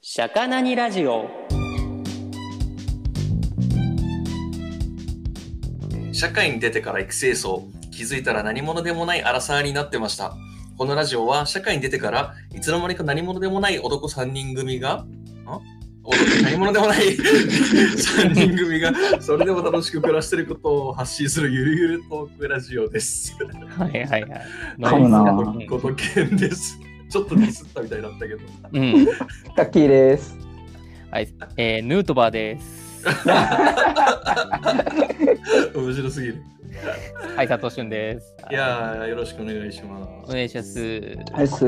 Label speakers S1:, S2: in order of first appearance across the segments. S1: シャカナニラジオ
S2: 社会に出てから育成層気づいたら何者でもないアラサーになってましたこのラジオは社会に出てからいつの間にか何者でもない男3人組がん男何者でもない 3人組がそれでも楽しく暮らしてることを発信するゆるゆるトークラジオです
S1: はいはいはい。
S3: 噛むなぁ
S2: ことけんですちょっとディスったみたいだったけど
S1: うん。
S3: ガッキーです。
S1: はい。えー、ヌートバーです。
S2: 面白すぎる
S1: はい、佐藤俊です。
S2: いやーよろしくお願いしま
S1: お
S2: す
S1: 願いします。
S3: アイス。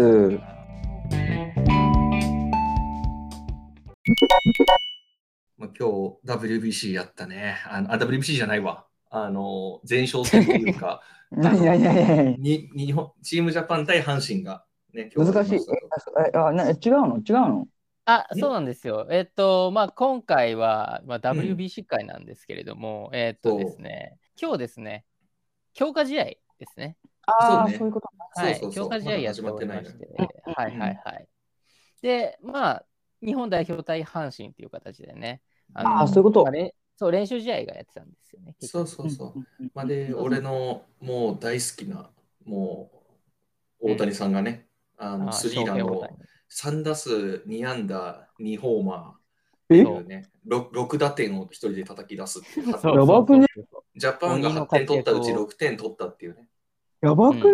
S2: まあ、今日 WBC やったね。あのあ WBC じゃないわ。あの前哨戦というか
S3: 何何何何
S2: に日本、チームジャパン対阪神が、ね、今日
S3: 難しい。えあ、な違うの違うの
S1: あ、
S2: ん
S1: そうなんですよ。えっと、まあ、今回は、まあ、
S2: ん
S1: WBC 会なんですけれども、えっとですね、今日ですね、強化試合ですね。
S3: あ
S2: そ
S3: あ、
S2: うね
S3: そういうこと。
S1: はい、
S2: そうそうそう
S1: 強化試合やっておりまして、はいはいはい。で、まあ、日本代表対阪神っていう形でね、の
S3: あーそういうこと
S1: まあれそう、練習試合がやってたんですよね。結
S2: そう
S1: 局
S2: そうそう。
S3: うん
S2: まあ、で、
S1: そう
S2: 俺のもう大好きな、もう大谷さんがね、あ
S1: あ
S2: の
S1: ー
S2: スリーラン
S1: 翔平
S2: を
S1: 大谷
S2: 3打数2安打2ホーマ
S3: え
S2: ーというね、6, 打点を一人で叩き出すっていう
S1: そう
S3: やばくね
S1: そうそう
S2: ジャパンが8点取ったうち6点取ったっていうね。
S3: やばくね、
S2: い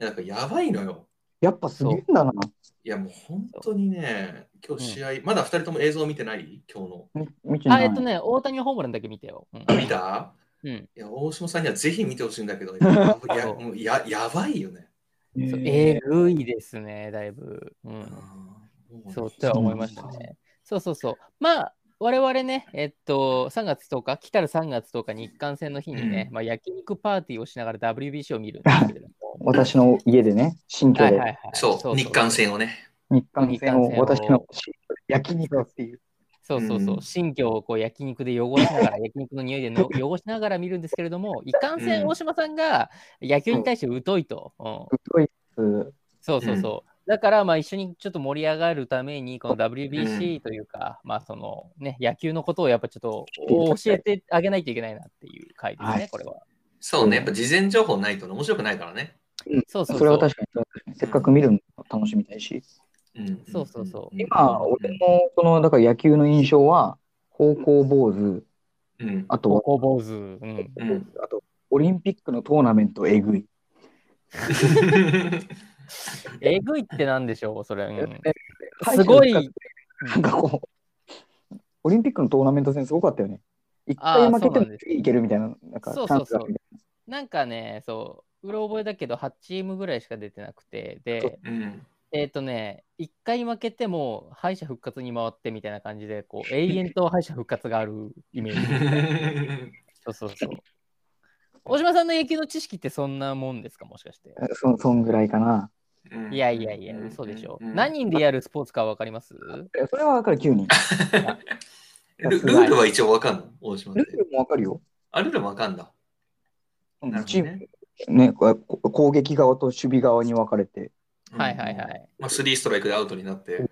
S2: やなんかやばいのよ。
S3: やっぱすげえんだな。
S2: いやもう本当にね、今日試合、まだ2人とも映像見てない今日の。
S3: み見て
S1: そうあ、
S3: ない。
S1: えっとね、大谷ホームランだけ見てよ。うん
S2: あ見た
S1: うん
S2: いや、大島さんにはぜひ見てほしいんだけど、やや
S1: そう
S2: もうややばいよね。
S3: え
S1: そう
S3: ー
S1: えぐいですね、だいぶ。う
S2: うん
S1: ん
S2: もね
S1: そうっては思いましたね。そうそうそう。まあ、我々ね、えっと、3月10日、来たる3月10日、日韓戦の日にね、
S2: う
S1: まあ、焼肉パーティーをしながら WBC を見るんですけれども。
S3: 私の家でね、新居
S1: はい
S3: で、
S1: はいはい。
S2: そう、日韓。戦をね。
S3: 日韓戦を
S1: 日韓戦を
S3: 私の焼肉っていう。
S1: そうそうそうう。
S2: ん
S1: 新居をこう焼肉で汚しながら、焼肉の匂いでの汚しながら見るんですけれども、いかんせ
S2: うんん
S1: 大島さんが野球に対して疎いと。うん
S3: すごいっす。
S1: そうそうそう。だから、まあ、一緒にちょっと盛り上がるために、この
S2: う
S1: WBC というか、まあ、そのね、野球のことをやっぱちょっと教えてあげないといけないなっていう回ですね、
S3: はい
S1: これは。
S2: そうね、やっぱ事前情報ないとね面白くないからね。
S1: そうそう
S3: それ
S1: そう。
S3: は確かにそうだね。せっかく見るの楽しみたいし。
S2: うん
S1: そうそうそう
S3: 今、俺、のその、だから野球の印象は、高校坊主、
S2: うんうん
S3: あとは
S1: 高校坊主。うん。
S2: うん
S3: あと、オリンピックのトーナメントえぐい。
S1: えぐいってなんでしょう、それ。うんす
S3: す
S1: ご
S3: ご
S1: い
S3: い、なんかこう、オリンピックのトーナメント戦すごかったよね。一
S1: あ
S3: 回
S1: ー
S3: 負けて
S1: そう
S3: も
S1: なんです
S3: 次いけるみたいな、なんかチ
S1: そうそう
S3: ャンス
S1: そう
S3: があるみたい
S1: なんかね、そう、うろ覚えだけど、8チームぐらいしか出てなくて、で、
S2: うん
S1: えっ、とね、1回負けても敗者復活に回ってみたいな感じで、こう、永遠と敗者復活があるイメージ。そうそうそう。 大島さんの野球の知識ってそんなもんですかもしかして。
S3: な。そ そんぐらいかな。
S2: うん
S1: いやいやいや、
S2: うん
S1: 嘘でしょ。
S2: うん
S1: 何人でやるスポーツかわかります
S3: えそれはわかる、9人。
S2: ルルールは一応わかんの大島って
S3: ルールもわかるよ。
S2: あ、ルールもわかんだ。
S3: うん
S2: なるほ
S3: チ
S2: ど
S3: ーム
S2: ね。
S3: ね、こう攻撃側と守備側に分かれて。
S2: うん
S1: はいはいはい。
S2: まあ、スリーストライクでアウトになって。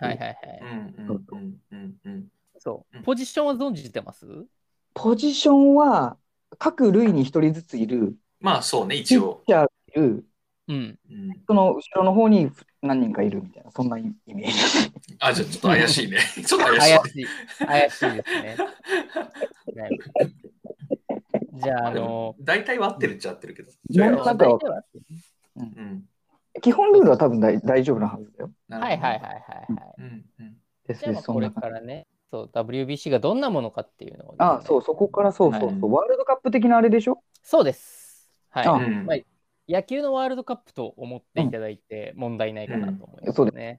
S1: はいはいはい。
S2: うんうんうんうんうん。
S1: そうう。
S2: ん
S1: ポジションは存じてます
S3: ポジションは、各類に1人ずついる、
S2: まあそうね、一
S3: ピッ
S2: 応。
S3: チャーいる、
S1: うん。
S2: うん、
S3: その後ろの方に何人かいるみたいな、そんなイメージ。
S2: あ、じゃあちょっと怪しいね。 ちょっと怪しい。
S1: 怪しい。怪しいです ね。ねじゃあ、あの、
S2: 大体は合ってるっちゃ合ってるけど。
S3: なん
S1: 大
S3: か
S1: 体は
S2: うん、
S3: 基本ルールは多分大大丈夫なはずだよ。
S2: なるほ
S1: は
S2: ど
S1: いはいはいはいはい。
S2: うんうん
S3: です
S1: じゃあま
S3: で
S1: あ、
S3: す、そ
S1: こ
S3: ん
S1: れ
S3: な感じ
S1: からね、そう、WBC がどんなものかっていうのをね、
S3: あそう、そこからそうそうそう、
S2: はい
S3: ワールドカップ的なあれでしょ
S1: そうです。はい。
S3: あ
S2: うん
S1: まあ野球のワールドカップと思っていただいて問題ないかなと思いますね。
S3: うんうん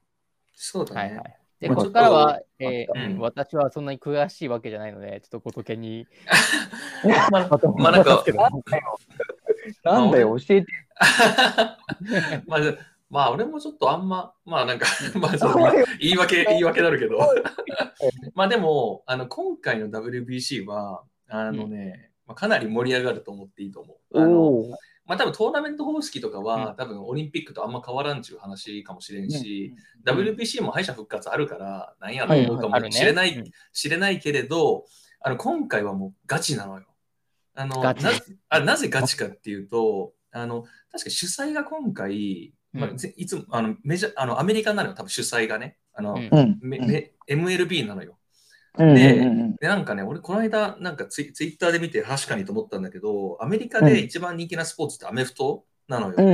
S3: そう
S2: そうだね。
S1: はいはい。で、
S3: ま
S1: こ
S3: あ
S1: こからは、え
S3: と
S1: ー
S2: うん
S1: 私はそんなに詳しいわけじゃないので、ちょっとごとけに。
S3: ま
S2: まあなんか
S3: なんだよ、教えて。
S2: まあ、まあ、俺もちょっとあんま、まあなんか、まあそう
S3: あ ごめんよ
S2: 言い訳、言い訳なるけど。 まあでも、あの今回の WBC は、あのね、まあ、かなり盛り上がると思っていいと思う。あの
S3: おー
S2: まあ多分トーナメント方式とかは、
S1: う
S2: 多分オリンピックとあんま変わらんちゅう話かもしれんし、
S1: うん
S2: WBC も敗者復活あるから、なんやろう思うか
S1: ある
S2: も
S1: ね
S2: しれない、
S1: うん
S2: 知れないけれど、あの今回はもうガチなのよ。あの
S1: ガチ
S2: なぜあなぜガチかっていうと、あの確か主催が今回、まあ
S1: うん
S2: ぜいつもあのメジャーあのアメリカになるよ、多分主催がね。あの
S1: うん
S3: うん。
S2: めめ MLB なのよ。
S3: うん
S2: で
S3: うんうん
S2: で、なんかね、俺、この間、なんかツイツイッターで見て、確かにと思ったんだけど、アメリカで一番人気なスポーツってアメフトなのよ。
S3: うん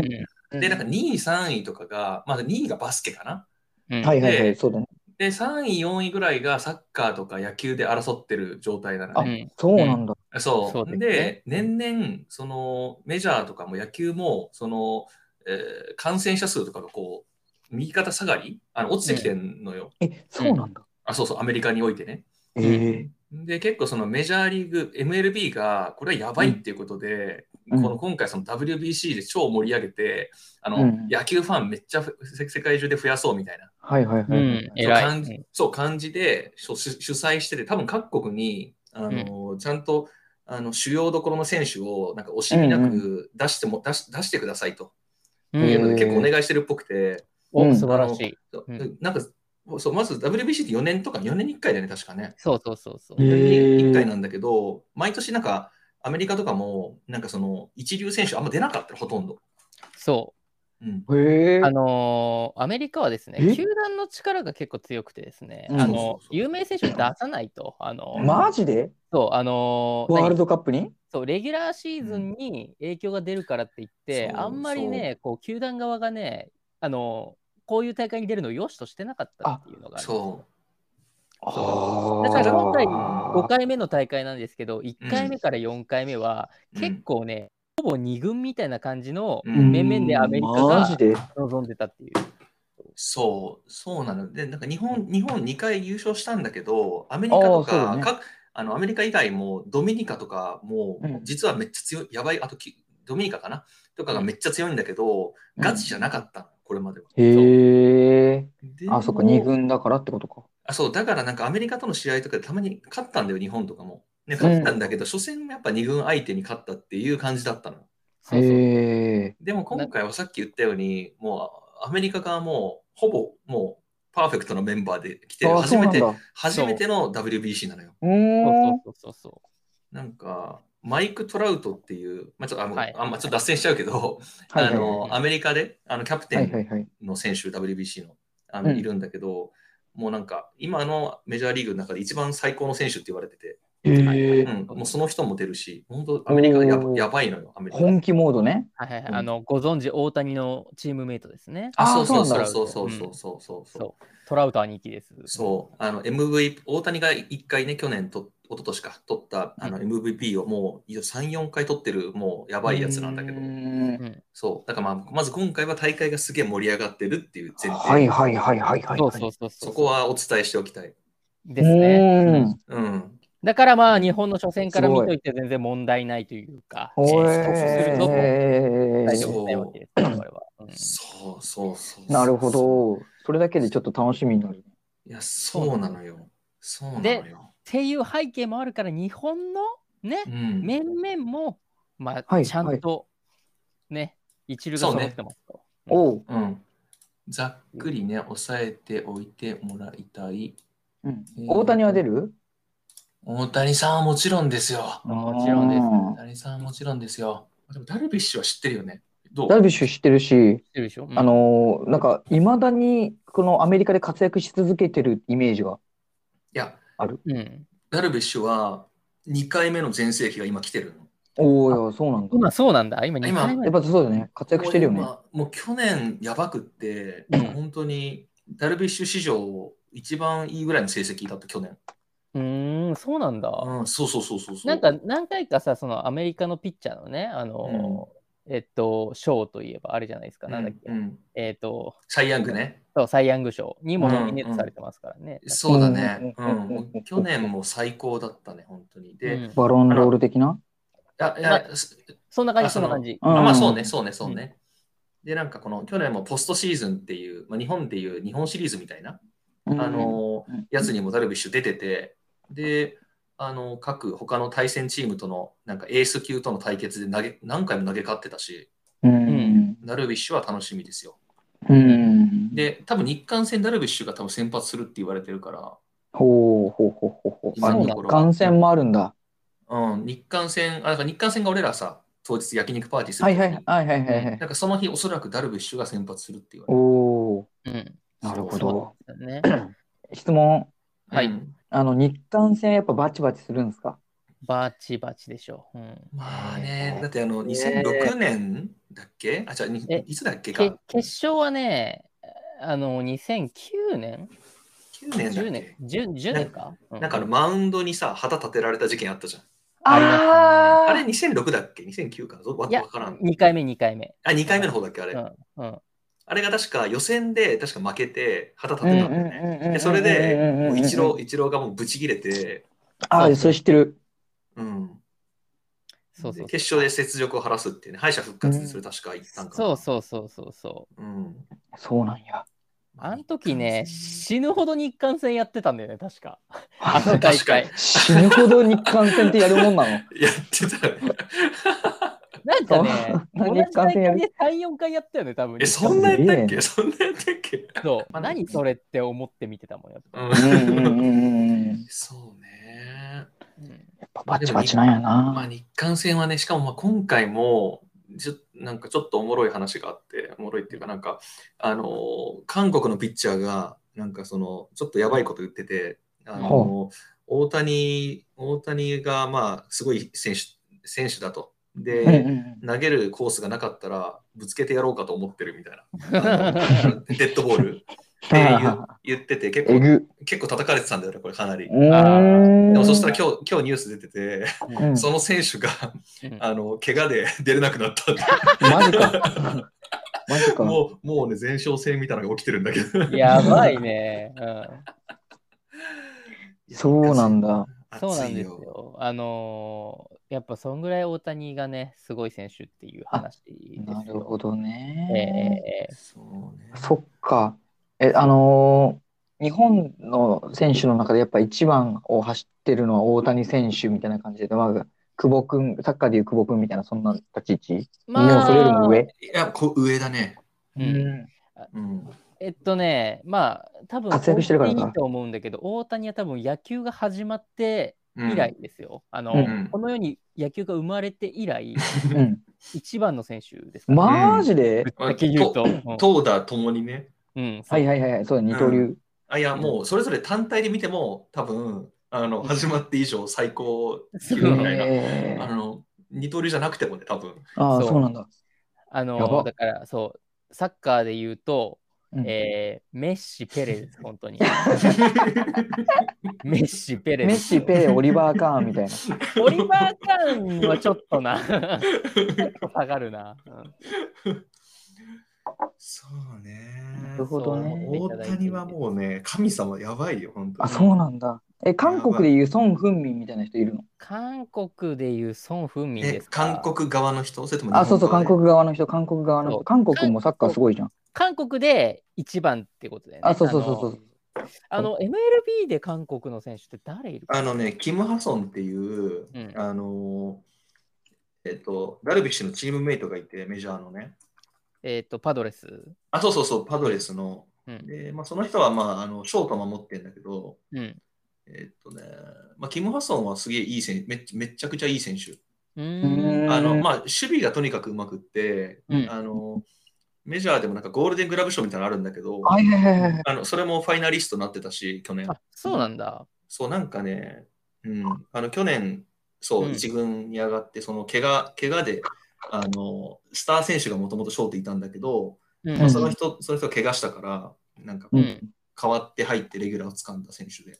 S3: うん。
S2: で、なんか2位、3位とかが、まあ2位がバスケかな。
S1: うん
S3: はいはいは
S2: で
S3: い、そうだね。
S2: で、3位、4位ぐらいがサッカーとか野球で争ってる状態なの
S1: う
S2: ね。
S1: ん
S3: そうなんだ。
S2: そう。
S1: そうですね
S2: で、年々、そのメジャーとかも野球も、その、えー感染者数とかがこう、右肩下がりあの落ちてきてんのよ。
S3: え、そうなんだ。
S2: あ、そうそう、アメリカにおいてね。
S1: ん
S3: え
S2: で、結構そのメジャーリーグ、MLB がこれはやばいっていうことで、
S3: うん
S2: この今回その WBC で超盛り上げて、あの、
S3: うん
S2: 野球ファンめっちゃふ世世界中で増やそうみたいな、
S3: はいはいは
S1: う
S3: い。
S1: ん
S2: そう
S1: 偉
S2: 感
S1: い
S2: じそう感じでそう主主催してて、多分各国に、あの、ちゃんと、あの主要どころの選手をなんか惜しみな
S3: うんう
S2: く出しても、出し出してくださいと
S1: う
S2: いうの
S1: ん
S2: で
S3: えー
S2: 結構お願いしてるっぽくて、
S1: お
S3: うん
S1: 素晴らしい
S2: そう
S1: うん
S2: なんかそうまず WBC って4年とか4年に1回だよね確かね。
S1: そうそうそうそう
S3: えへー
S2: 1回なんだけど、毎年なんか、アメリカとかも、なんかその、一流選手あんま出なかったのほとんど。
S1: そう
S2: うん。
S3: へえ。
S1: あのーアメリカはですね、
S3: え
S1: 球団の力が結構強くてですね、
S3: うん
S1: あ
S2: そうそ
S1: の
S2: うそう
S1: 有名選手を出さないと、あのー
S3: マジで
S1: そうあのー
S3: ワール
S1: 何
S3: ドカップに
S1: そうレギュラーシーズンに影響が出るからって言って、
S2: そう
S1: あんまりね、こう球団側がね、あのーこういう大会に出るのを良しとしてなかったっていうのがある
S2: そ
S3: あ
S1: だから今回5
S3: あ。
S1: 回目の大会なんですけど、1回目から4回目は
S2: うん
S1: 結構ね、ほぼ2軍みたいな感じの
S2: う。う
S3: うん
S2: ん、
S1: 面々でアメリカが
S3: マジで
S1: 望んでたっていう。
S2: そう、そうなの。で、なんか日本、日本2回優勝したんだけど、アメリカと
S3: あーそう
S2: か、
S3: ね
S2: 各あのアメリカ以外も、ドミニカとかも
S3: うん、
S2: 実はめっちゃ強い、やばい、あとき、ドミニカかなとかがめっちゃ強いんだけど、
S3: うん
S2: ガチじゃなかったの、これまでは。
S3: へえ。
S2: で
S3: あ、そっ
S2: も
S3: か、二軍だからってことか。
S2: あ、そう、だからなんかアメリカとの試合とかでたまに勝ったんだよ、日本とかも。ね、勝ったんだけど、初戦やっぱ2軍相手に勝ったっていう感じだったの。
S1: そうそう
S3: へえ。
S2: でも今回はさっき言ったように、もうアメリカ側もほぼもうパーフェクトなメンバーで来て、
S3: あ、
S2: 初
S3: そう
S2: め
S3: なん
S2: て
S3: だ。、う
S2: 初めての WBC なのよ。
S3: ーん。
S1: そうそうそうそう。
S2: なんか、マイク・トラウトっていう、まあちょっと、あの
S1: はい
S2: あまあちょっと脱線しちゃうけど、
S3: はい
S2: あ
S3: は
S2: の、アメリカで、あの、キャプ
S3: い
S2: テ
S3: はいはい
S2: ン
S3: はい。
S2: の選手、WBC の、あの、
S3: うん
S2: いるんだけど、もうなんか、今のメジャーリーグの中で一番最高の選手って言われてて、
S3: へえ
S2: う。ん、もうその人も出るし、本当アメリカがやば
S3: おー
S2: やばいのよ、アメリカ。
S3: 本気モードね。
S1: はいはいはい、
S2: うん
S1: あのご存知大谷のチームメイトですね。
S2: あ、そ
S3: あ
S2: う
S3: ー
S2: そう
S3: そう
S2: そ
S3: な
S2: うん
S1: だ
S2: そうそうそうそうそうそう。
S1: そうトラウト兄貴です。
S2: あの MVP、大谷が1回ね、去年と、一昨年か、取ったあの MVP をもういや3、4回取ってる、もうやばいやつなんだけど
S3: うー、ん
S1: うん
S2: そう、だからまあ、まず今回は大会がすげえ盛り上がってるっていう前提、
S3: はいはいはいはいはい。
S1: そうそうそうそう
S2: そこはお伝えしておきたい。
S1: ですね。
S3: うん。
S2: うん。
S1: だからまあ日本の初戦から
S3: す
S1: 見
S3: ごい
S1: といて全然問題ないというか、
S3: お
S1: そうすると大
S3: えー
S1: 丈夫ないわけですね、我々は。うん
S2: そうそうそう。
S3: なるほ。ど。それだけでちょっと楽しみになる。
S2: いや、そうなのよ。そうなの
S1: で
S2: よ。
S1: っていう背景もあるから日本のね
S2: う、ん。
S1: 面々も、ま
S3: は
S1: あ、
S3: い
S1: ちゃんとね、一流が揃ってますと。
S3: おう。
S2: うん。ざっくりね、押さえておいてもらいたい。
S3: うん大谷は出る
S2: 大谷さんはもちろんですよ。
S1: もちろんです
S2: 大谷さんはもちろんですよ。でもダルビッシュは知ってるよね。どう
S3: ダルビッシュ知ってるし、
S1: 知ってるでしょ、うん
S3: あのーなんか、いまだに、このアメリカで活躍し続けてるイメージが。
S2: いや、
S1: うん
S2: ダルビッシュは2回目の全盛期が今来てるの。
S3: おお、そうなんだ。
S1: 今そうなんだ。今2回目
S3: やっぱそうだよね。活躍してるよね。
S2: もう今もう去年やばくって、
S1: うん
S2: 本当にダルビッシュ史上一番いいぐらいの成績だった去年。
S1: うーん、そうなんだ。
S2: うん、そうそうそうそうそう。
S1: なんか何回かさ、そのアメリカのピッチャーのね、あのー、えっと、賞といえばあれじゃないですか、なんだっけ、
S2: うんうん
S1: えっと、
S2: サイ・ヤングね。
S1: そうサイ・ヤング賞にもノミネートされてますからね。
S2: そうだね。
S3: う
S2: うんん。もう去年も最高だったね、本当に。で、い
S1: うん
S3: バロンロール的な
S2: やいや、
S1: そんな感
S2: あ
S1: じ、そんな感じ。
S3: の
S2: あ
S3: うん
S2: まあそうね、そうね、そうね。で、なんかこの去年もポストシーズンっていう、まあ、日本でいう日本シリーズみたいな、
S3: あ
S2: あのーやつにもダルビッシュ出てて、で、あの、各他の対戦チームとの、なんかエース級との対決で投げ、何回も投げ勝ってたし、
S3: うん。
S2: ダルビッシュは楽しみですよ。
S3: うん。
S2: で、多分日韓戦ダルビッシュが多分先発するって言われてるか
S3: ほうほうほうほうほう。
S2: 今
S3: あ、
S1: の
S3: 日
S2: ところ
S3: 韓戦もあるんだ。
S2: ら、うん、日韓戦、あ、だから日韓戦が俺らさ、当日焼肉パーティーする
S3: は
S2: 時
S3: い
S2: に
S3: はいはいはいはいはい。
S2: なんかその日おそらくダルビッシュが先発するって言われてる
S3: おお、
S1: うん。
S3: なるほ
S2: そう
S3: ど。
S1: ね、
S3: 質問。
S1: はい
S2: うん
S3: あの、日韓戦やっぱバチバチするんですか
S1: バチバチでしょう。うん、
S2: まあ
S3: え
S2: ね
S3: ー、
S2: だってあの
S3: ね
S2: 2006年だっけあ、じゃあに
S1: え
S2: いつだっけ
S1: け
S2: か
S1: 決勝はね、あの2009年
S2: ?9 年だっ
S1: ?10 年
S2: け
S1: ?10, 10年かう
S2: なんかあのマウンドにさ、旗立てられた事件あったじゃん。
S1: ありますね
S2: あれ
S3: あ
S2: 2006だっけ ?2009 かなどわ
S1: いや
S2: わからん。
S1: 2回目、2回目。
S2: あ、2回目の方だっけあれ。
S1: うんうん、
S2: あれが確か予選で確か負けて旗立
S3: ーう
S2: て
S3: んう
S2: たんだよ
S3: ん
S2: ね。
S3: うんうん
S2: でそれ
S3: うんうんうんう
S2: で、も
S3: んうん
S2: う一郎、一郎がもうブチ切れて、
S3: あー、それ知ってる。
S2: うん。
S1: そうそう
S2: で決勝で雪辱を晴らすっていうね、敗者復活でする確か言ったんかな。
S1: そうそうそうそうそう。
S2: うん。
S3: そうなんや。
S1: あの時ね、死ぬほど日韓戦やってたんだよね、確か。あの
S2: 確かに
S1: 大会。
S3: 死ぬほど日韓戦ってやるもんなの。
S2: やってたよね。
S1: なんか ね、
S3: そ
S1: 同
S3: う
S1: じ大
S3: 日韓戦や
S1: 会
S3: る
S1: で3、4回やったよね、多分。
S2: え、そんなやったっ
S3: すげ
S2: けそんなやったっけ
S1: そう何それって思って見てたもん、やっぱ。
S3: うんう
S2: うん
S3: んうんうんうん。
S2: そうね。
S1: うん
S3: やっぱバチバチなんや
S2: まあ
S3: な。
S2: 日韓戦はね、しかもまあ今回も、ちょなんかちょっとおもろい話があって、おもろいっていうかなんか、あのー韓国のピッチャーが、なんかその、ちょっとやばいこと言ってて、あのー大谷、大谷がまあ、すごい選手、選手だと。で、
S3: うんうん
S2: 投げるコースがなかったら、ぶつけてやろうかと思ってるみた いな。あのデッドボールって言言ってて、結
S3: え
S2: 構、
S3: ぐ。
S2: 結構叩かれてたんだよね、これかなり。
S3: うーん
S2: でもそしたら今日、今日ニュース出てて、
S3: うん
S2: その選手が、
S1: うん
S2: あの、怪我で 出れなくなったって。
S3: マジか。マジか。
S2: もう、もうね、前哨戦みたいなのが起きてるんだけど。
S1: やばいね。うん
S3: そうなんだ。
S1: そうなんです
S2: 熱いよ。
S1: よ。あのーやっぱそんぐらい大谷がね、すごい選手っていう話ですよ。
S3: なるほど
S1: ええ
S3: ね。
S1: ええ
S2: そうね。
S3: そっか。え、あのー日本の選手の中でやっぱ一番を走ってるのは大谷選手みたいな感じで、まあ、久保くん、サッカーでいう久保くんみたいな、そんな立ち位置。日本それよりも上。
S2: いや、こう上だね。
S1: うん
S3: う
S2: う
S3: ん
S2: ん。
S1: えっとね、まあ、多分
S3: 活躍してるからか
S1: 大谷と思うんだけど、大谷は多分野球が始まって
S2: うん
S1: 以来。ですよ。あの、
S2: うん
S1: この世に野球が生まれて以 来、
S3: うん。
S1: 一番の選手ですから、
S3: マジで
S1: ぶっちゃけ言うと。うん
S2: 投打ともにね。
S1: うん、そう
S3: はいはいはいはい、そうだ、二刀流。
S2: あ、いや、もう、それぞれ単体で見ても、多分、あの、始まって以上最高級みたいな。
S3: え
S2: あ
S3: ー
S2: の、二刀流じゃなくてもね、多分。
S3: ああ、
S1: そう
S3: そうなんだ。
S1: あ
S3: や
S1: の
S3: ば
S1: だからそう、サッカーで言うと、
S3: うん
S1: えーメッシ、ペレです、本当 に。メッシ、ペレで
S3: メッ
S1: す
S3: シ、ペレ、オリバー・カーンみたいな。
S1: オリバー・カーンはちょっと な、ちょっと下がるな。
S2: そうね。
S3: なるほどね
S2: もう大谷はもうね、神様やばいよ、本当に。
S3: あ、そうなんだ。え、韓国でいうソン・フンミンみたいな人いるの
S1: 韓国でいうソン・フンミン
S2: え
S1: ですか
S2: 韓国側の人それとも日
S3: あ、そうそう、
S2: 本
S3: 韓
S2: 側
S3: 国側の人、韓国側の
S1: そう
S3: 人。韓国もサッカーすごいじゃん。
S1: 韓国で一番ってことだよね。
S3: あ、そうそうそうそう。
S1: あの。あの MLB で韓国の選手って誰いるか
S2: あのね、キム・ハソンっていう、
S1: うん
S2: あのー、えっと、ダルビッシュのチームメイトがいて、メジャーのね。
S1: えっ、と、パドレス。
S2: あ、そうそうそう、パドレスの。
S1: うん。
S2: で、まあ、その人は、まあ、あのショート守ってんだけど、
S1: うん。
S2: えっとね、まあ、キム・ハソンはすげえいい選手めっ、めっちゃくちゃいい選手。
S1: うーん
S3: うん
S2: あの、まあ、守備がとにかくうまくって、
S1: うん
S2: あの、メジャーでもなんかゴールデングラブ賞みたいなのあるんだけど、
S3: はいはいはいはい。
S2: あのそれもファイナリストになってたし、去年。
S1: あ、そうなんだ。
S2: そう、なんかね、うん、あの去年、そうう、
S1: ん
S2: 一軍に上がって、その怪我、怪我で、あの、スター選手がもともとショートいたんだけど、
S1: うん
S2: まあ、その人、その人が怪我したから、なんか
S1: う
S2: こうん変わって入ってレギュラーを掴んだ選手で、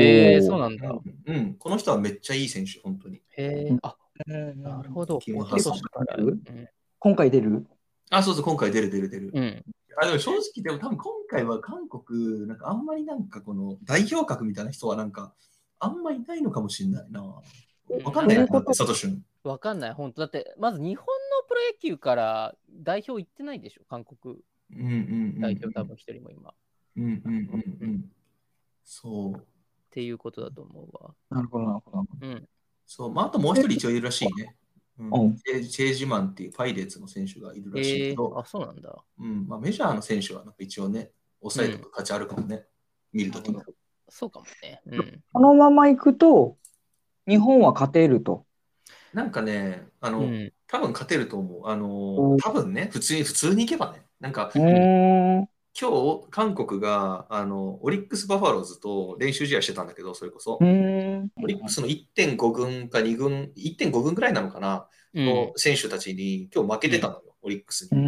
S1: へえそうなんだ。
S2: うん、うんこの人はめっちゃいい選手、本当に。
S1: へえ
S3: うん
S1: あ、
S3: ん
S1: なるほど。
S2: キムハ
S1: 結
S2: ソン
S1: 構力あるうん
S3: 今回出る
S2: あ、そうそう、今回出る出る出る。
S1: うん。
S2: あでも正直、でも多分今回は韓国、なんかあんまりなんかこの代表格みたいな人はなんか、あんまりいないのかもしれないな。わかんない
S3: どうい
S2: な、
S3: うこと
S2: サトシュン。
S1: わかんない、本当だって、まず日本のプロ野球から代表行ってないでしょ、韓国
S2: うんうんうんうん
S1: 代表多分一人も今。
S2: うんうんうんうん。そ
S1: っ
S2: う。
S1: ていうことだと思うわ。
S3: なるほど、なるほど。
S1: うん。
S2: そう、まあ、あともう一人一応いるらしいね。うん
S3: うん
S2: チェチェージマンっていうパイレーツの選手がいる
S1: え
S2: らしいけ
S1: ー、
S2: ど、
S1: あ、そうなんだ。
S2: うんまあ、メジャーの選手はなんか一応ね、抑えとか価値あるかもね、見るときの。
S1: そうかもね。うん。
S3: このまま行くと、日本は勝てると。
S2: なんかね、あの、
S1: うん、
S2: 多分勝てると思う。あの
S3: お、
S2: 多分ね、普通に、普通にいけばね。なんか、
S3: うん。
S2: 今日、韓国が、あの、オリックス・バファローズと練習試合してたんだけど、それこそ。
S3: うん。
S2: オリックスの1.5軍か2軍、1.5軍ぐらいなのかな、の選手たちに、今日負けてたのよ、オリックス
S3: う
S2: に。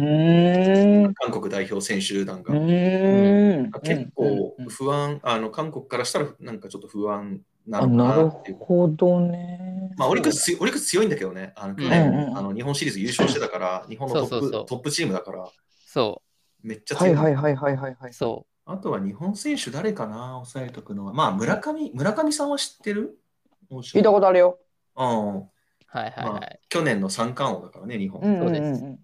S3: ん。
S2: 韓国代表選手団が。
S3: うん。
S2: 結構不安、あの、韓国からしたら、なんかちょっと不安な
S3: あ
S2: の
S3: な
S2: か
S3: る
S2: なっていう。
S3: ほどね。
S2: まあ、オリックス強い、オリックス強いんだけどね、あの、去
S3: うんうんう
S2: 年、
S3: ん
S2: あの、日本シリーズ優勝してたから、日本のト
S1: そうそうそ
S2: ッ
S1: う
S2: プ、トップチームだから、
S1: そ
S2: めっちゃ
S3: は
S2: 強
S3: い
S2: い。
S3: はいはいはいはいは
S1: う、
S3: い。
S1: そ
S2: あとは日本選手誰かな、抑えとくのは。まあ、村上、村上さんは知ってる
S3: 聞いたことあるよ。
S2: うん。
S1: う。はいはい
S2: ま
S1: は
S2: あ
S1: い。、
S2: 去年の三冠王だからね、日本。
S3: うんうんうん
S1: そう
S3: うん。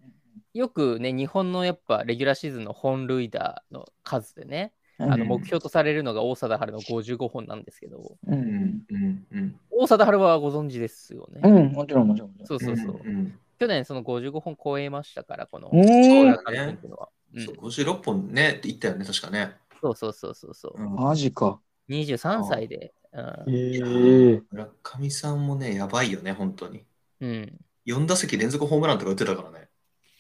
S1: よくね、日本のやっぱレギュラーシーズンの本塁打の数でね、
S3: うん
S1: あの目標とされるのが王貞治の55本なんですけど、
S3: う
S2: うんん、うん、うん。
S1: 王貞治はご存知ですよね。
S3: うん、もちろんもちろん。
S1: そうそうそう。
S2: ん
S1: 去年その55本超えましたから、この
S3: うん
S1: 村上選手のは。う
S2: うん
S1: ん
S2: そう56本ねって言ったよね、確かね。
S1: そうそうそうそうそう。
S2: うん
S3: マジか。
S1: 23歳で。うん
S3: え
S2: 村上さんもね、やばいよね、本当に。
S1: うん。
S2: 4打席連続ホームランとか打ってたからね。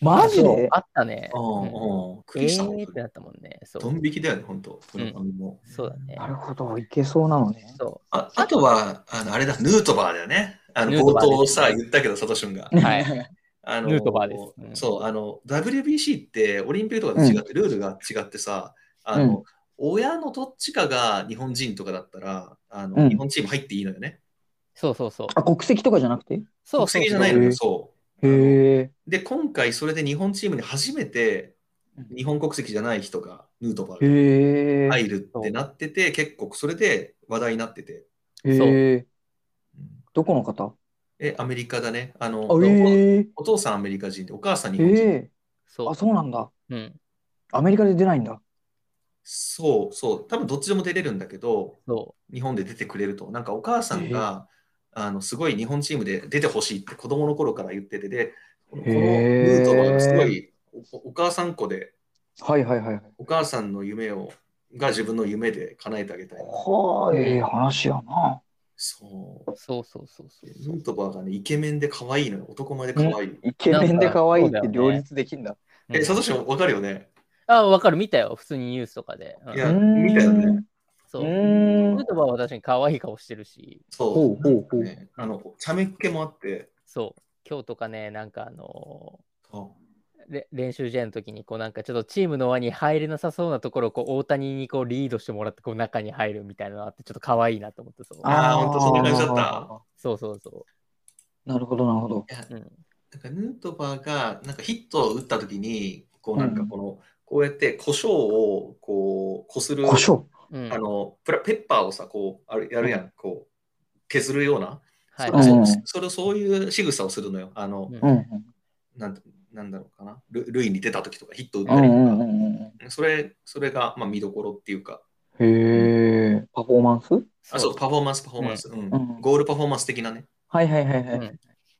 S3: マジで
S1: あったね。
S2: うん、
S1: うん
S2: うん。びっく
S1: え
S2: りした、本
S1: ーっ
S2: 当
S1: て
S2: に
S1: なったもんね。そ
S2: ドン
S1: う。
S2: 引きだよね、本当。村上も。
S1: そうだね
S3: な。るほど、いけそうなのね。
S1: そ
S2: ああとは、あのあれだ、ヌートバーだよね。あの
S1: ヌート
S2: 冒
S1: バー
S2: 頭
S1: ですね
S2: さ、言ったけど、サトシュンが。
S1: う。はい。
S2: あの
S1: ヌートバーですうん
S2: そう、あの、WBC ってオリンピックとかと違って、ルールが違ってさ、あの、
S3: うん
S2: 親のどっちかが日本人とかだったら、あの、
S3: うん
S2: 日本チーム入っていいのよね。
S1: そうそうそう。
S3: あ、国籍とかじゃなくて
S1: そうそ
S2: 国
S1: う
S2: 籍じ
S1: そ
S2: ゃ
S1: う。
S2: ないの
S3: へ
S2: よ、
S3: ー
S2: そう。
S3: へえ。
S2: で、今回それで日本チームに初めて
S3: うん
S2: 日本国籍じゃない人が、ヌートバーが
S3: へえ。
S2: 入るってなってて、結構それで話題になってて。
S3: へえ。
S2: うん
S3: どこの方
S2: え、アメリカだね。あの、
S3: あ、ええ。
S2: お父さんアメリカ人で、お母さん日本人。
S3: ええ。
S1: そ
S3: あ、そうなんだ。
S1: う。うん。
S3: アメリカで出ないんだ。
S2: そうそう、多分どっちでも出れるんだけど、
S1: そ
S2: 日本で出てくれると、なんかお母さんが、あのすごい日本チームで出てほしいって子供の頃から言ってて、で、このこのヌ
S3: へー
S2: ートバーがすごいおお母さん子で、
S3: はいはいはいはい。
S2: お母さんの夢をが自分の夢で叶えてあげたい。
S3: はあ、ええ話やな。
S2: そう
S1: う。そうそうそうそう。
S2: ヌートバーがね、イケメンで可愛いのよ、男前で可愛い。
S3: イケメンで可愛いって両立できんだ。
S1: うん
S2: え、サトシもわかるよね。
S1: あ、わかる。見たよ。普通にニュースとかで。うん
S2: いや見たよね。
S1: そうう。
S3: ーん
S1: ヌー。トバーは確かに可愛い顔してるし、
S2: そ
S3: ほうほうほ
S2: う。
S3: う。
S2: ね、あの、茶目っ気もあって、
S1: そう。今日とかね、なんかあの
S2: そ
S1: ーれ練習試合の時にこうなんかちょっとチームの輪に入れなさそうなところをこう大谷にこうリードしてもらってこう中に入るみたいなのあってちょっと可愛いなと思ってそう
S2: あーほんとそんな感じだった
S3: あ
S1: そうそうそ
S3: ーなるほど、なるほど。
S1: う、うん、
S2: うなんかヌートバーがなんかヒットを打った時に、こうなんかこの、こうやって胡椒をこう、こする。
S3: 胡椒。
S1: うん
S2: あのプラペッパーをさこうあるやるやん、こう削るような、
S1: はい
S2: それ
S3: うん
S2: そそれそういう仕草をするのよあの、
S1: うん
S3: うん
S2: なんてなんだろうかなル塁に出た時とかヒット打っ
S3: うん。う
S2: たりとか、
S3: んうんうん
S2: それそれが、まあ、見どころっていうか
S3: うん。へえ。パフォーマンス
S2: あそうパフォーマンスパフォーマンス、うん
S3: うん
S2: ゴールパフォーマンス的なね
S3: はいはいはいは
S1: うん
S3: い。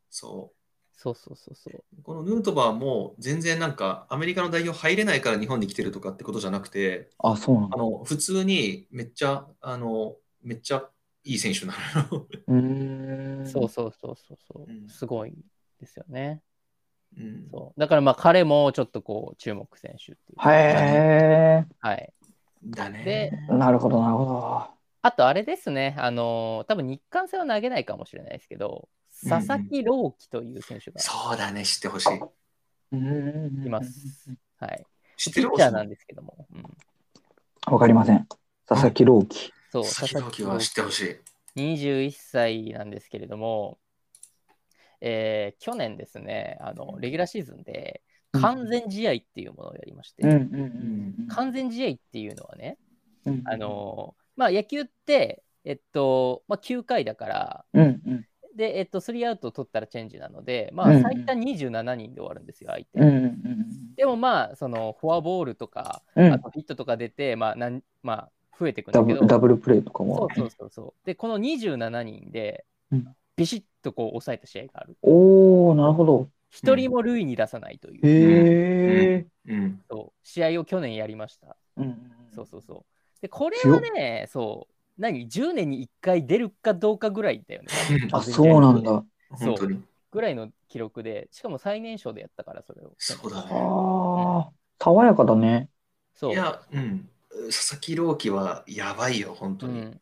S2: そ
S1: そうそうそうそう
S2: うこのヌートバーも全然なんかアメリカの代表入れないから日本に来てるとかってことじゃなくて
S3: あ、そうなん
S2: あ
S3: だ。
S2: の普通にめっちゃあのめっちゃいい選手なの よ、
S3: うーん。
S1: そうそうそうそうそう
S2: うん
S1: すごいですよね
S2: うん、
S1: そうだからまあ彼もちょっとこう注目選手っていう
S3: へ
S1: はい
S2: だね
S1: で
S3: え。なるほど、なるほど。
S1: あとあれですねあのー多分日韓戦は投げないかもしれないですけど
S2: うんうん
S1: 佐々木朗希という選手が
S2: そうだね、知ってほしい。
S3: い
S1: います。はい。
S2: 知
S1: ピ
S2: ってる
S1: ッチャーなんですけども。うん、
S3: わかりません。佐々木朗希。
S1: そう、
S2: 佐々木朗希は知ってほしい。
S1: 21歳なんですけれども、えー去年ですね、あの、レギュラーシーズンで完全試合っていうものをやりまして、
S3: うんうん
S1: 完全試合っていうのはね、
S3: うん。
S1: あ、のーまあ野球って、えっと、まあ9回だから、
S3: うんうん
S1: で、えっと、3アウト取ったらチェンジなので、ま
S3: うんう
S1: あ
S3: ん
S1: 最多27人で終わるんですよ、相手。
S3: うんうん
S1: でもまあ、そのフォアボールとか、
S3: うん。
S1: あとヒットとか出て、まあなんまあ、増えていくん
S3: ダ
S1: だけ
S3: ブ
S1: ど、
S3: ダブルプレーとか
S1: そ
S3: も
S1: う。そうそうそう。で、この27人で
S3: うん、
S1: ビシッとこう抑えた試合がある。
S3: おー、なるほど。
S1: 一人も塁に出さないという、
S3: へえ。
S2: うん。
S1: そう試合を去年やりました。
S3: うんうんうん
S1: そうそうそう。で、これはね、そう、何、10年に1回出るかどうかぐらいだよね。
S3: あ、そうなんだ。
S1: そう
S2: 本当に。
S1: ぐらいの記録で、しかも最年少でやったから、それを。
S2: そうだね。
S3: ああ、爽やかだね。
S1: そう。
S2: いや、うん。佐々木朗希はやばいよ、本当
S1: う
S2: に。
S1: ん、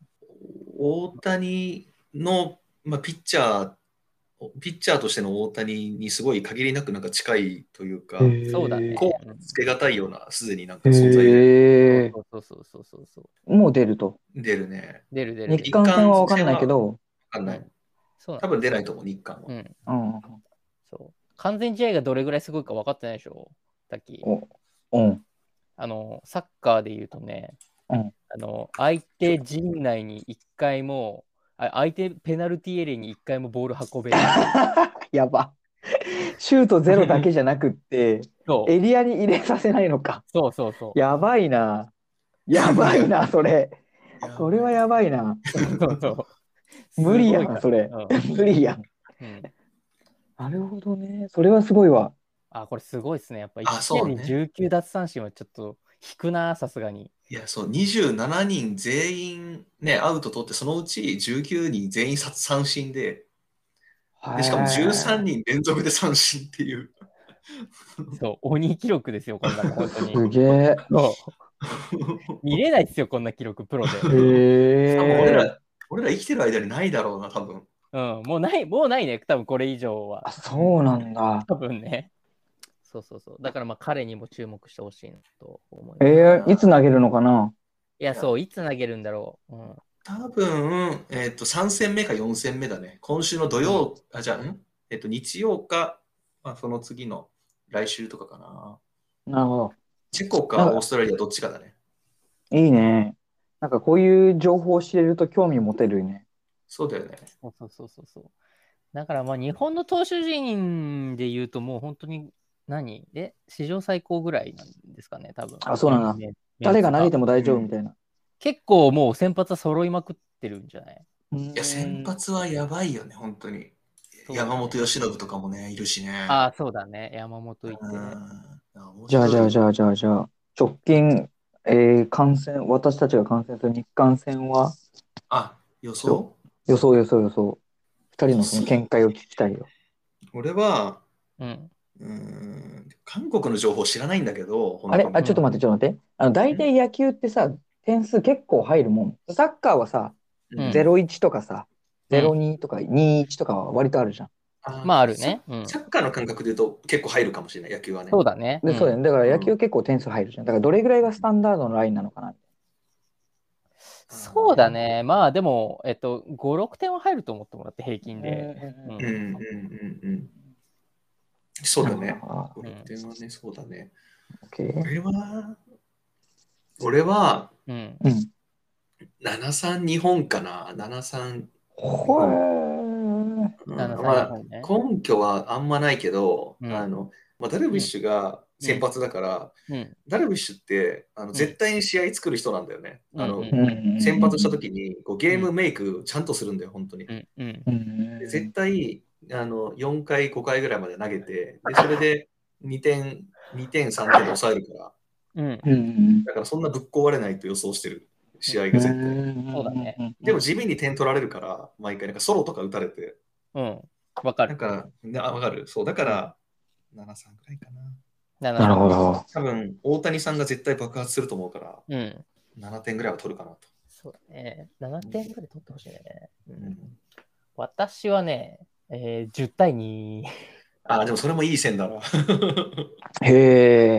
S2: 大谷の、まあ、ピッチャー、ピッチャーとしての大谷にすごい限りなくなんか近いというか、
S1: そうだね。
S2: こ
S1: うん
S2: つけがたいような、すでになんか存在
S3: へえ。
S1: そうそうそうそうそう。
S3: もう出ると。
S2: 出るね。
S1: 出る出る。
S3: 日韓戦は分かんないけど、
S2: わかんない。
S1: そうな
S2: 多
S1: ん
S2: 分出ないと思う、日韓は。
S1: うん。
S3: うん。
S1: そう。完全試合がどれぐらいすごいか分かってないでしょ、さっき。
S3: おうん。
S1: あの、サッカーで言うとね、
S3: うん
S1: あの、相手陣内に1回も、あ相手ペナルティーエリアに1回もボール運べ ない。
S3: やば。シュートゼロだけじゃな くって、
S1: そう
S3: エリアに入れさせないのか。
S1: そうそうそう。
S3: やばいな。やばいな、それ。
S2: いや
S3: それはやばいな。
S1: そう そう
S3: 無理や
S1: すごいから
S3: ん、それ。
S1: う
S3: 無理やん。
S1: んうん
S3: なるほどね。それはすごいわ。
S1: あ、これすごいですね。やっぱ
S2: あ
S1: 1
S2: そう
S1: 試合
S2: ね
S1: で19奪三振はちょっと引くな、さすが に。
S2: いや、そう、27人全員、ね、アウト取って、そのうち19人全員さ三振で、でしかも13人連続で三振っていう。
S1: そう、鬼記録ですよ、こんなの、本当に。
S3: すげえ。
S1: そう見れないですよ、こんな記録、プロで。
S3: へ
S2: 多分俺
S3: え。
S2: ら、俺ら生きてる間にないだろうな、多分。
S1: うん、もうない、もうないね、多分これ以上は
S3: あ、。そうなんだ。
S1: 多分ね。そうそうそう。だからまあ彼にも注目してほしいなと思います。
S3: えー、いつ投げるのかない
S1: や、そう、いつ投げるんだろう。うん、
S2: 多分、えっと、3戦目か4戦目だね。今週の土曜、あ、じゃあ、んえっと、日曜か、まあ、その次の来週とかかな。
S3: なるほど。
S2: チェコ
S3: なん
S2: か
S3: か
S2: オーストラリアどっちかだね。
S3: いいね。なんかこういう情報を知れると興味持てるね。
S2: そうだよね。
S1: そうそうそうそうそう。だからまあ日本の投手陣で言うともう本当に何で史上最高ぐらいなんですかね、多分。
S3: あそうなんだ
S1: だ。
S3: 誰が投げて
S1: も。
S3: も大丈夫みたいな。
S1: 結構もう先発は揃いまくってるんじゃない
S3: い
S2: いや、先発はやばいよね、本当に。
S1: そう
S2: 山本由伸とかもね、いるしね。
S1: ああ、そうだね。山本いって。
S3: じゃあじゃあじ
S2: ゃ
S3: ゃあじゃあじゃあ、直近、えー、感染、私たちが観戦する日韓戦は、
S2: あ。あ、予想
S3: 予想予想予想。二人のその見解を聞きたいよ。
S2: 俺は、
S1: うん。
S2: うーん、韓国の情報知らないんだけど、
S3: あれ
S2: 本当
S3: あ、
S2: に
S3: ちょっと待って、ちょっと待って。あの、大体野球ってさ、点数結構入るもん。サッカーはさ、
S1: うん
S3: 0-1とかさ、
S1: うん
S3: 0-2とか2-1とかは割とあるじゃん。
S1: まああるね。。うん
S2: サ、サッカーの感覚で言うと結構入るかもしれない、野球はね。
S1: そうだね。
S3: で、そうだよ
S1: ん
S3: ね。だから野球結構点数入るじゃん。だからどれぐらいがスタンダードのラインなのかな。
S1: そうだね。まあでも、えっと、5、6点は入ると思ってもらって平均で。
S3: うん
S1: うん
S2: うんうんうんうん。そうだね。
S3: あ
S2: これはね、そうだね。
S3: オッケー
S2: 俺は、俺は、
S1: うん。
S3: うん。
S2: 7-3日本かな。7-3。
S3: ほー
S2: うん
S1: 7 3
S2: まあ
S1: 日本ね。
S2: 根拠はあんまないけど、
S1: うん
S2: あのまあ、ダルビッシュが先発だから、
S1: うん。
S2: ダルビッシュってあ
S1: ん
S2: の絶対に試合作る人なんだよね。あの
S1: うん
S3: うん
S2: 先発した時にこうゲームメイクちゃんとするんだよ、本当に。
S1: うん。うん。
S3: うん
S2: で絶対あの4回、5回ぐらいまで投げて、でそれで2点、2点、3点で抑えるか
S1: う
S2: ら、
S1: ん。
S3: うん
S2: だからそんなぶっ壊れないと予想してる試合が絶対。
S1: そうだね
S2: でも地味に点取られるから、毎回なんかソロとか打たれて、
S1: うん。わか
S2: なん
S1: る。
S2: か、ね、あ、わかる。そう、だから、7、3ぐらいかな。
S1: な
S3: なるほ。ど。
S2: 多分、大谷さんが絶対爆発すると思うから、
S1: うん。
S2: 7点ぐらいは取るかなと。
S1: そうだね。7点ぐらい取ってほしいね。
S2: うん、
S1: 私はね、えー、10対2
S2: あ、でもそれもいい線だな。
S3: へ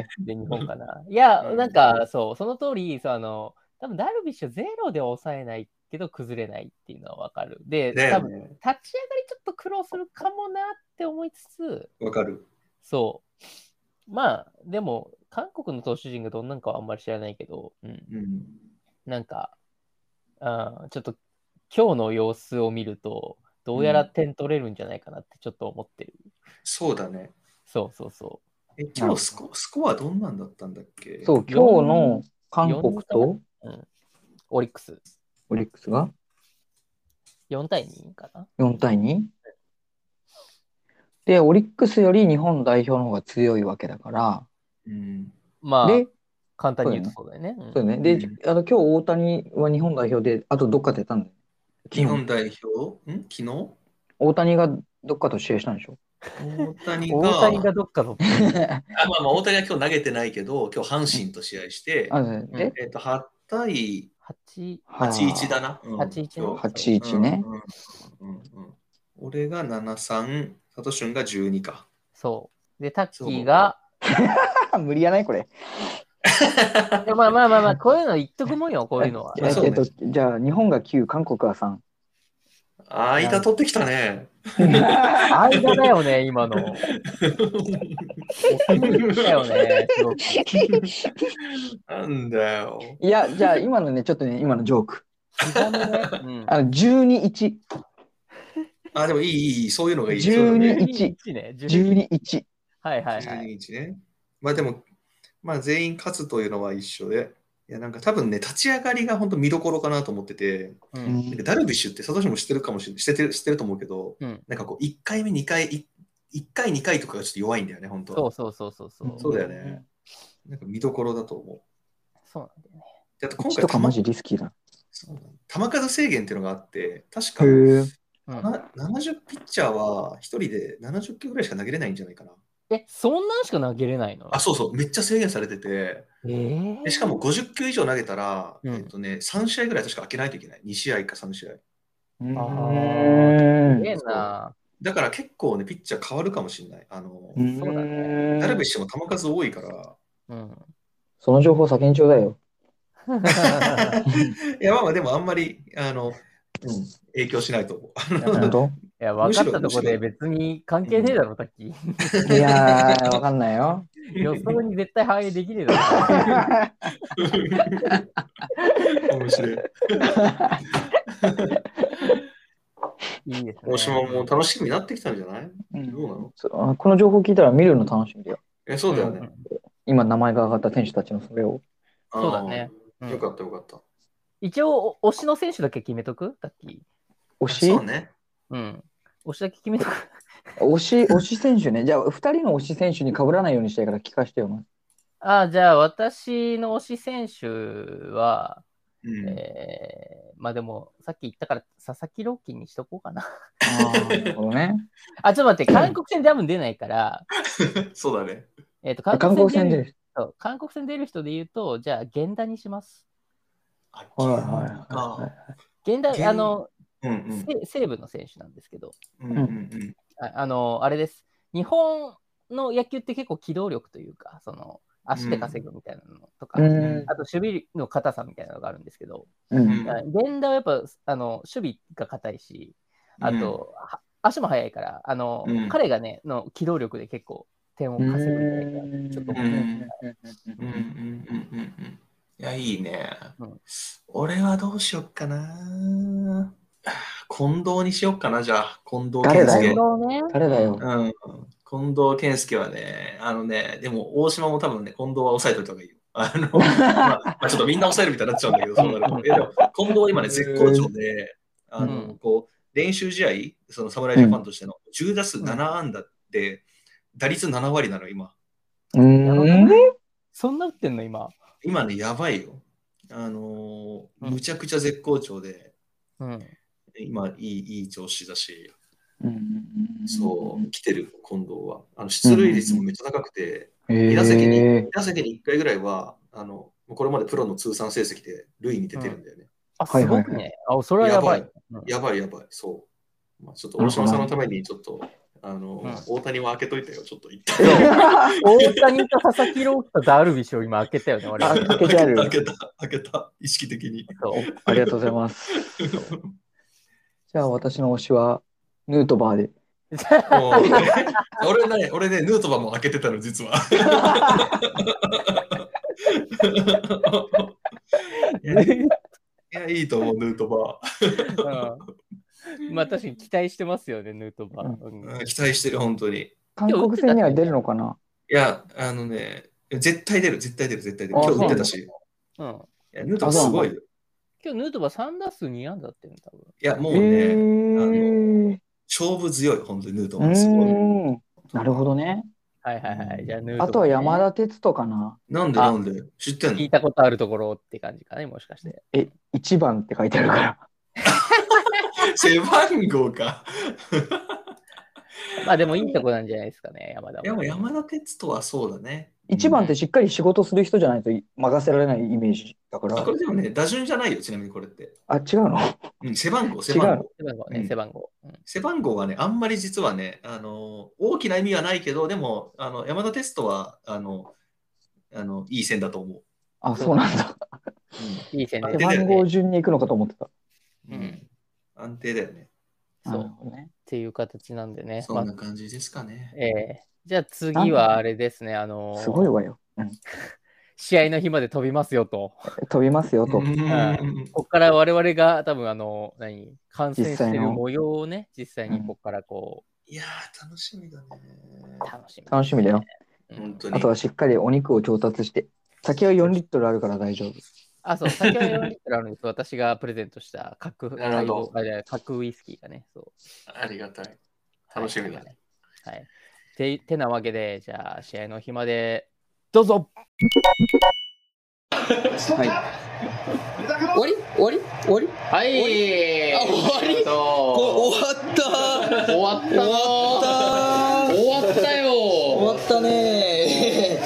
S3: え。
S1: で日本か な。いや、
S2: うん
S1: なんかそう、その通り、そうあの、多分ダルビッシュゼロでは抑えないけど崩れないっていうのはわかる。で、
S2: ね
S1: 多分立ち上がりちょっと苦労するかもなって思いつつ、
S2: わかる。
S1: そう。まあ、でも、韓国の投手陣がどんなんかはあんまり知らないけど、うん、
S2: うん。
S1: なんか、あーちょっと今日の様子を見ると、どうやら点取れるんじゃないかなってちょっと思ってる。
S2: そうだね。
S1: そうそうそ
S2: え、今日スコスコアどんなんだったんだっけ
S3: そう、今日の韓国と
S1: うんオリックス。
S3: オリックスが
S1: 4対2かな。
S3: 4対 2? で、オリックスより日本代表の方が強いわけだから、
S2: うん。
S1: まあ、
S3: で、
S1: 簡単に言うとそうだよね。うん
S3: そうだね。で、あの今日大谷は日本代表で、あとどっか出たんだよ。
S2: 日本代表、ん昨日
S3: 大谷がどっかと試合したんでしょ
S2: 大谷が
S1: 大谷がどっかの。
S3: あ
S2: あまあ、まあ大谷は今日投げてないけど、今日阪神と試合して、
S3: そうだね
S2: えっと、8対
S1: 8、
S3: はい
S2: 81だな。うん
S1: 81ね
S2: 今日
S3: 81ね。
S2: うんうんうんうん俺が73、サトシュンが12か。
S1: そう。で、タッキーが、
S3: 無理やないこれ。
S1: いやまあまあまあまあ、こういうの言っとくもんよ、こういうのは。
S2: いやそう
S3: え
S2: ね
S3: っと、じゃあ日本が9、韓国が3。
S2: あー、間取ってきたね。
S1: 間だよね、今の。もうだよね、すごく
S2: なんだよ。
S3: いや、じゃあ今のね、ちょっとね、今のジョ ーク。
S1: 膝のねうん
S3: あの、12、1。
S2: あ、でもいい、いいいい、そういうのがいい。
S3: 12
S2: そうだね
S3: 1
S1: 12ね。12
S3: 12、1。
S1: はいはいは
S2: 12
S1: い。
S2: 日ね。まあでも、まあ全員勝つというのは一緒で、いやなんか多分ね、立ち上がりが本当見どころかなと思ってて、
S1: う
S3: うんん
S2: ダルビッシュってサトシもしてるかもしれない、しててしてると思うけど、
S1: うん
S2: なんかこう、1回目、2回、い1回、2回とかがちょっと弱いんだよね、本当
S1: そうそうそうそうそう。
S2: そうだよね。なんか見どころだと思う。
S1: そうなんだよね。
S2: であと今
S3: 1
S2: 回
S3: とかマジリスキーだ
S2: そうなんだ球数制限っていうのがあって、確か
S3: な。へえ。
S1: うん
S2: な70ピッチャーは1人で70球ぐらいしか投げれないんじゃないかな。
S1: え、そんなんしか投げれないの
S2: あ、そうそう、めっちゃ制限されてて、
S1: えー
S2: でしかも50球以上投げたら、
S1: うん
S2: えっとね、3試合ぐらい確か開けないといけない。2試合か3試合。
S3: うん
S1: すげえな。
S2: だから結構ね、ピッチャー変わるかもしれない。あの、
S3: うん
S1: そうだ
S2: ダルビッシュも球数多いから。
S1: うん。
S3: その情報先にちょうだいよ。
S2: いや、まあまあでもあんまり、あの、うん、影響しないと思う。あの
S1: うん
S3: 本 当
S1: いや、分かったと
S2: むし
S1: こ
S2: ろ
S1: で別に関係ねえだろ、さっき。
S3: いやー、わかんな いよ。
S1: 予想に絶対反映できねえだろ。
S2: 面白い。
S1: いいですね。
S2: 大島も楽しみになってきたんじゃない
S3: うん
S2: どうなの
S3: そうこの情報聞いたら見るの楽しみだよ。
S2: え、そうだよね。
S1: うん
S3: 今、名前が上がった選手たちのそれを。
S2: あー
S1: そうだね。うん
S2: よかったよかった。
S1: 一応、お推しの選手だけ決めとくさっき。
S3: 推し
S2: そうね。
S1: うん。推しだけ決めとく。
S3: 推し、推し選手ね。じゃあ、2人の推し選手に被らないようにしたいから聞かせてよ。まず
S1: あじゃあ、私の推し選手は、
S2: うん
S1: えー、まあでも、さっき言ったから、佐々木朗希にしとこうかな。
S3: あーなるほどね。
S1: あ、ちょっと待って、韓国戦多分出ないから、
S2: そうだね。
S1: えっと、
S3: 韓国戦
S1: 出
S3: で
S1: る
S3: す。
S1: 人、韓国戦出る人で言うと、じゃあ、源田にします。
S2: はい
S3: はいはいはいはい。
S1: 源田、
S2: 源
S1: あの、
S2: い。うん
S1: せ西武の選手なんですけど、
S2: うんうんうん
S1: ああの、あれです。日本の野球って結構機動力というか、その、足で稼ぐみたいなのとか、
S3: うん
S1: あと守備の硬さみたいなのがあるんですけど、
S3: う
S2: うんん。
S1: 源田はやっぱあの守備が硬いし、あと、は足も速いから、あの
S2: うん
S1: 彼がね、の機動力で結構点を稼ぐみたいな、ちょっと
S2: う
S1: 思
S2: ん
S1: う、
S2: うんうんうんうんうん。いや、いいね
S1: うん。
S2: 俺はどうしよっかな。近藤にしよっかな、じゃあ。近藤
S3: 誰だ
S2: 健
S3: よ
S2: 介。
S1: なるほどね
S3: 誰だよ。
S2: うん。近藤健介はね、あのね、でも大島も多分ね、近藤は抑えといた方がいいよ。あの、 まあ、まあちょっとみんな抑えるみたいになっちゃうんだけど、そうなると。いやでも近藤は今ね、絶好調で、あの、
S1: うん
S2: こう、練習試合、その侍ジャパンとしての10打数7安打って、打率7割なの、今。
S3: うーん。
S1: そんな打ってんの、今。
S2: 今ね、やばいよ。あのー
S1: うん
S2: むちゃくちゃ絶好調で、
S1: うん、
S2: 今いい、いい調子だし、そうう、来てる、近藤は。あの出塁率もめっちゃ高くて、
S3: ん。
S2: 2打席に
S3: え
S2: 2打席に1回ぐらいは、あのこれまでプロの通算成績で塁に出てるんだよね。
S1: あ、す
S3: はいはいは
S1: ご
S3: い
S1: くね。あ、それはやばい。
S2: や
S1: うん
S2: やばいやばい、そう。まあ、ちょっと大島さんのために、ちょっと、あの
S1: うん
S2: 大谷は開けといたよ、ちょっと一旦。
S1: 大谷と佐々木朗希とダルビッシュを今開け たよね、我々。
S3: 開けてあ る
S2: 開けた、開けた、意識的に。
S1: そう
S3: ありがとうございます。じゃあ、私の推しは、ヌートバーで。
S2: もうね俺ね、俺ね、ヌートバーも開けてたの、実は。いやいや、いいと思う、ヌートバ
S1: うんまあ確かに期待してますよね、ヌートバー。うん
S2: ー。うん期待してる、本当に。い
S3: 韓国戦には出るのかな
S2: や、あのね、絶対出る、絶対出る、絶対出る。
S3: あ
S2: 今日打ってたし。い
S1: うん
S2: やヌートバーすごいよ。
S1: 今日ヌートバー3打数2安打ってるの多分。
S4: いや、もう
S3: え
S4: ね、
S3: ー
S4: 勝負強い、本当にヌート
S3: う
S4: バーすごい。
S3: ーんなるほどね。
S1: はいはいはい。じゃあヌートバー、
S3: あとは山田哲人かな。
S4: なんで
S1: あ
S4: なんで知ってん
S1: 聞い
S4: の
S1: たことあるところって感じかね、もしかして。
S3: え、1番って書いてあるから。
S4: 背番号か。
S1: まあでもいいとこなんじゃないですかね、山田も。
S4: でも山田哲人はそうだね。
S3: 1番ってしっかり仕事する人じゃないと任せられないイメージだか
S4: あ
S3: ら
S4: こ。れでもね、打順じゃないよ、ちなみにこれって。
S3: あ、違うの
S4: うん、背番号、背番号。
S1: 背番号ね、
S4: うん
S1: 背番号。うん
S4: 背番号はね、あんまり実はね、あの大きな意味はないけど、でも、あの山田テストはあのあのいい線だと思
S3: あ、そうなんだ。
S1: いい線
S4: あ
S1: で
S4: 出
S3: 背
S4: て
S1: す
S4: る
S1: ね
S3: 番号順に行くのかと思ってた。
S4: う。
S1: うん
S4: 安定だよね。
S1: そ
S3: なる
S1: う。
S3: ほどね。
S1: っていう形なんでね。
S4: そん
S1: ま
S4: な
S1: あ
S4: 感じですかね。
S1: ええじゃあ次はあれですね、あの
S3: すごいわよ。
S1: 試合の日まで飛びますよと。
S3: 飛びますよと
S4: う。ん
S1: ここから我々が多分あの、何、観戦して
S3: 実際
S1: る
S3: の
S1: 模様をね、実際に
S3: うん
S1: ここからこ
S4: いやー、楽しみだね。
S1: う、楽しみ、
S3: 楽しみだよ。。
S1: うん
S4: 本、当に。
S3: あとはしっかりお肉を調達して。酒は4リットルあるから大丈夫。
S1: あ、そう、先ほど4リットルあるんです。私がプレゼントした核、
S2: なるほど
S1: あじゃあ核ウイスキーがね、そう。
S2: ありがたい。楽しみだね。
S1: はい。ててなわけで、じゃあ、試合の日まで、どうぞ
S3: はい。
S2: 終わり終わり終わり
S1: はい
S2: 終わり
S1: えっと
S2: 終わった
S1: 終わった
S2: 終わった
S1: 終わったよ
S2: 終わったね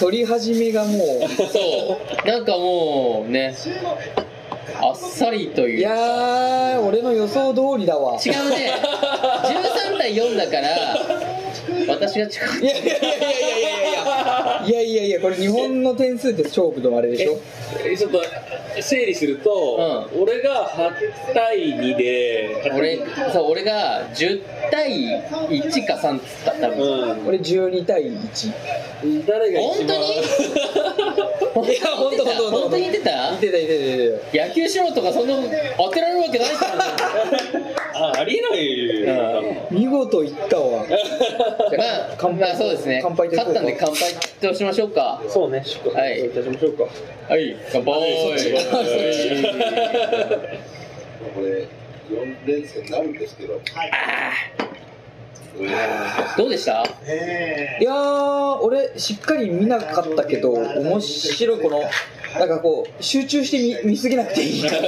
S2: 取り始めがもう
S1: そう。なんかもうね、あっさりという。
S2: いやー俺の予想通りだわ
S1: 違うね。13対4だから、私が違う。
S2: いやいやいやいやいやいやいやいやいやこれ日本の点数って勝負のあれでしょ
S5: えちょっと整理すると、俺が8対2で、
S1: 俺、そう、俺が10対1か3っつった、多分。
S5: う
S2: 俺12対1
S5: ん、誰が一
S1: 本当
S5: 番
S1: に
S2: いや本当本当
S1: 本当に言ってた
S2: 見てた見てた
S1: 野球素人がそんな当てられるわけないからね
S5: あありえないよ、
S2: 見事いったわ
S1: まあ、まあそうですね
S2: 乾杯といこ
S1: 勝
S2: う
S1: っ
S2: か
S1: たんで乾杯としましょうか
S5: そうね
S1: はい
S5: そういたしましょうか
S1: はい乾杯
S6: これ4連戦になるんですけど、はい、
S1: どうでした
S6: え
S2: いやー俺しっかり見なかったけど面白いこのなんかこう集中して見見すぎなくていい から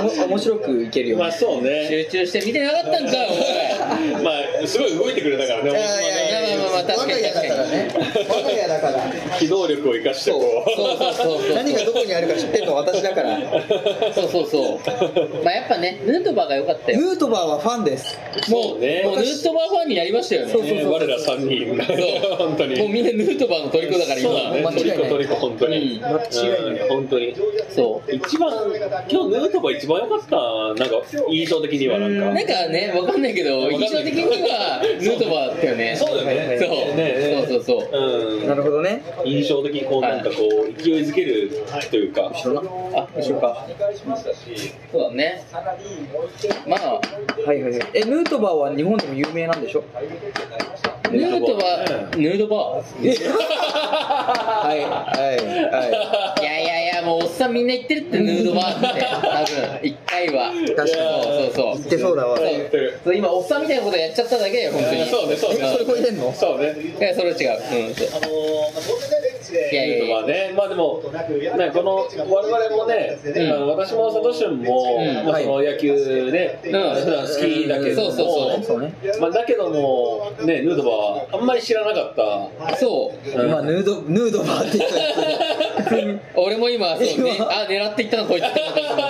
S2: おも面白くいけるよ
S5: まあそうね
S1: 集中して見てなかったんかよお前
S5: まあすごい動いてくれたからね
S6: いやいやいやいや
S1: まあまあまあ確かに確かに
S6: 我が家だからね我が家だから
S5: 機動力を生かしてこ
S1: そうそうそうそう
S6: 何がどこにあるか知ってるのは私だからヌ
S1: そうそうそうまあやっぱねヌートバーが良かったよ
S6: ートバーはファンです
S5: うそうね
S1: もうヌートバーファンになりましたよね
S6: そうそうそう
S5: 我ら三人が
S1: そう
S5: 本当に
S1: もうみんなヌートバーの虜だから
S5: そう
S1: 今
S5: だね
S6: 間違
S5: ト
S6: いな
S5: リ
S6: い
S5: コトリコ本当に、
S1: うん
S5: 間違いない本当に
S1: そう
S5: 一番今日ヌートバー一番良かったなんか印象的にはなんか
S1: なんかね、わかんないけど、
S5: わかんな
S1: 印
S5: い
S1: 象的にはヌートバーだったよね。
S5: そうだよね
S1: そう
S5: ね
S1: そうそうそう。
S5: うん
S6: なるほどね
S5: 印象的にこうなんかこう勢いづけるというか、
S6: 後ろな
S1: あ、一緒か。そうだね。まあ、
S6: はいはいはいえヌートバーは日本でも有名なんでしょ
S1: ヌートバー、ヌードバ
S6: はいは
S1: ー。いやいやいや、もうおっさんみんな言ってるって、ヌードバーって。多分、一回は。
S6: 確かに
S1: そうそう
S6: 言っ
S1: そう。
S6: てそうだわ
S5: 言ってる
S1: そう今、おっさんみたいなことやっちゃっただけだよ、本当に。
S5: そうねそうね
S6: それ超えてんの
S5: そうね
S1: いや、それは違う。うん、そう。いやい
S5: ヌ
S1: や
S5: ート
S1: いや
S5: バーねまあでもねこの我々もね、
S1: うん
S5: あの私もサトシンも、
S1: うん
S5: まあ、その野球ね、
S1: ん
S5: 普段好きだけども、
S1: そうそう
S6: そうね
S5: まあ、だけどもねヌートバーあんまり知らなかった、
S1: そう。
S5: うん
S6: 今ヌードヌードバーって言ったやつヌ
S1: 俺も今、そう、ね、
S6: 今
S1: あ、狙っていったの、こいつって思った。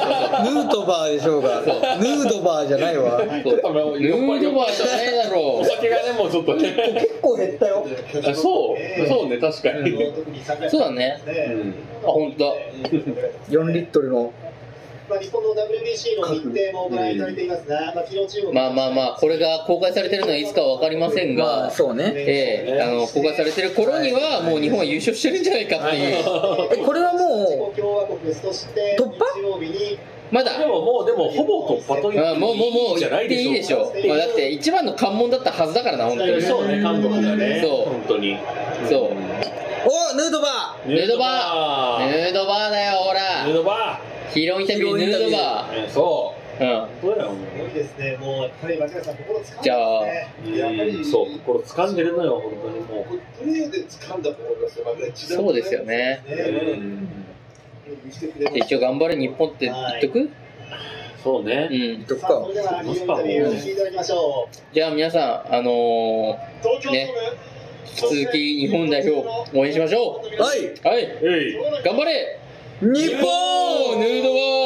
S6: ートバーでしょうがヌードバーじゃないわ
S1: そうそうそうヌードバーじゃないだろ
S5: お
S1: う。
S5: 酒がねもうちょっと ね
S6: 結構減ったよ
S5: あそうそうね確かに、
S1: そうだね。
S5: うん
S1: あ、本当だ。
S6: 4リットルの
S7: まあ、日本の WBC の日程もご覧いただいていますが、まあ、昨日中国
S1: まあまあまあ、これが公開されてるのはいつかは分かりません
S6: まあ
S1: が、
S6: そうね
S1: ええあの公開されてる頃には、もう日本は優勝してるんじゃないかっていう、
S6: えこれはも
S7: 共和国そして
S6: 突破
S7: 日曜日に
S1: ま だ、
S5: でももうでもほぼ突破と言
S1: あ
S5: って
S1: もうもうも
S5: いい
S1: うん
S5: じゃ
S1: 言っ
S5: ない
S1: て
S5: で
S1: いいで
S5: し
S1: しょ
S5: ょ
S1: う、まあだって一番の関門だったはずだからな、本当に。
S5: そうね韓国がね
S1: そう
S5: 本当に
S1: そう
S6: うおヌードバ
S1: ヌードバー、ヌ
S5: ヌ
S1: ードバーだよ、ほら、
S5: ードバー
S1: ヒーローインタビュー、ヌードバ
S5: うん
S8: そ
S1: ー。うん。
S5: そうやもん
S7: すごいですね。もうやっぱり松坂さん心掴ん
S1: じ
S7: で
S1: ゃあ
S7: ますね。やっぱ
S5: うん
S7: り
S5: そう、これ掴んでるのよ、本当にも
S9: プレーで掴んだものがまだ一段
S1: そうですよね。
S5: う。う
S7: ね
S5: ん、
S7: 見せてくれました
S1: 一応頑張れ日本って言っとく
S5: そうね。
S1: うん。
S6: どっ
S7: さあ
S6: か
S7: そ。れではヒーローインタビューをしていただきましょう。
S1: じゃあ皆さん、あの
S7: 東京ドー
S1: ね
S7: ム、
S1: ー、引き続き日本代表応援しましょ
S7: はい。
S1: うはい
S5: えい。
S1: 頑張れ
S6: 日
S1: おーヌードバー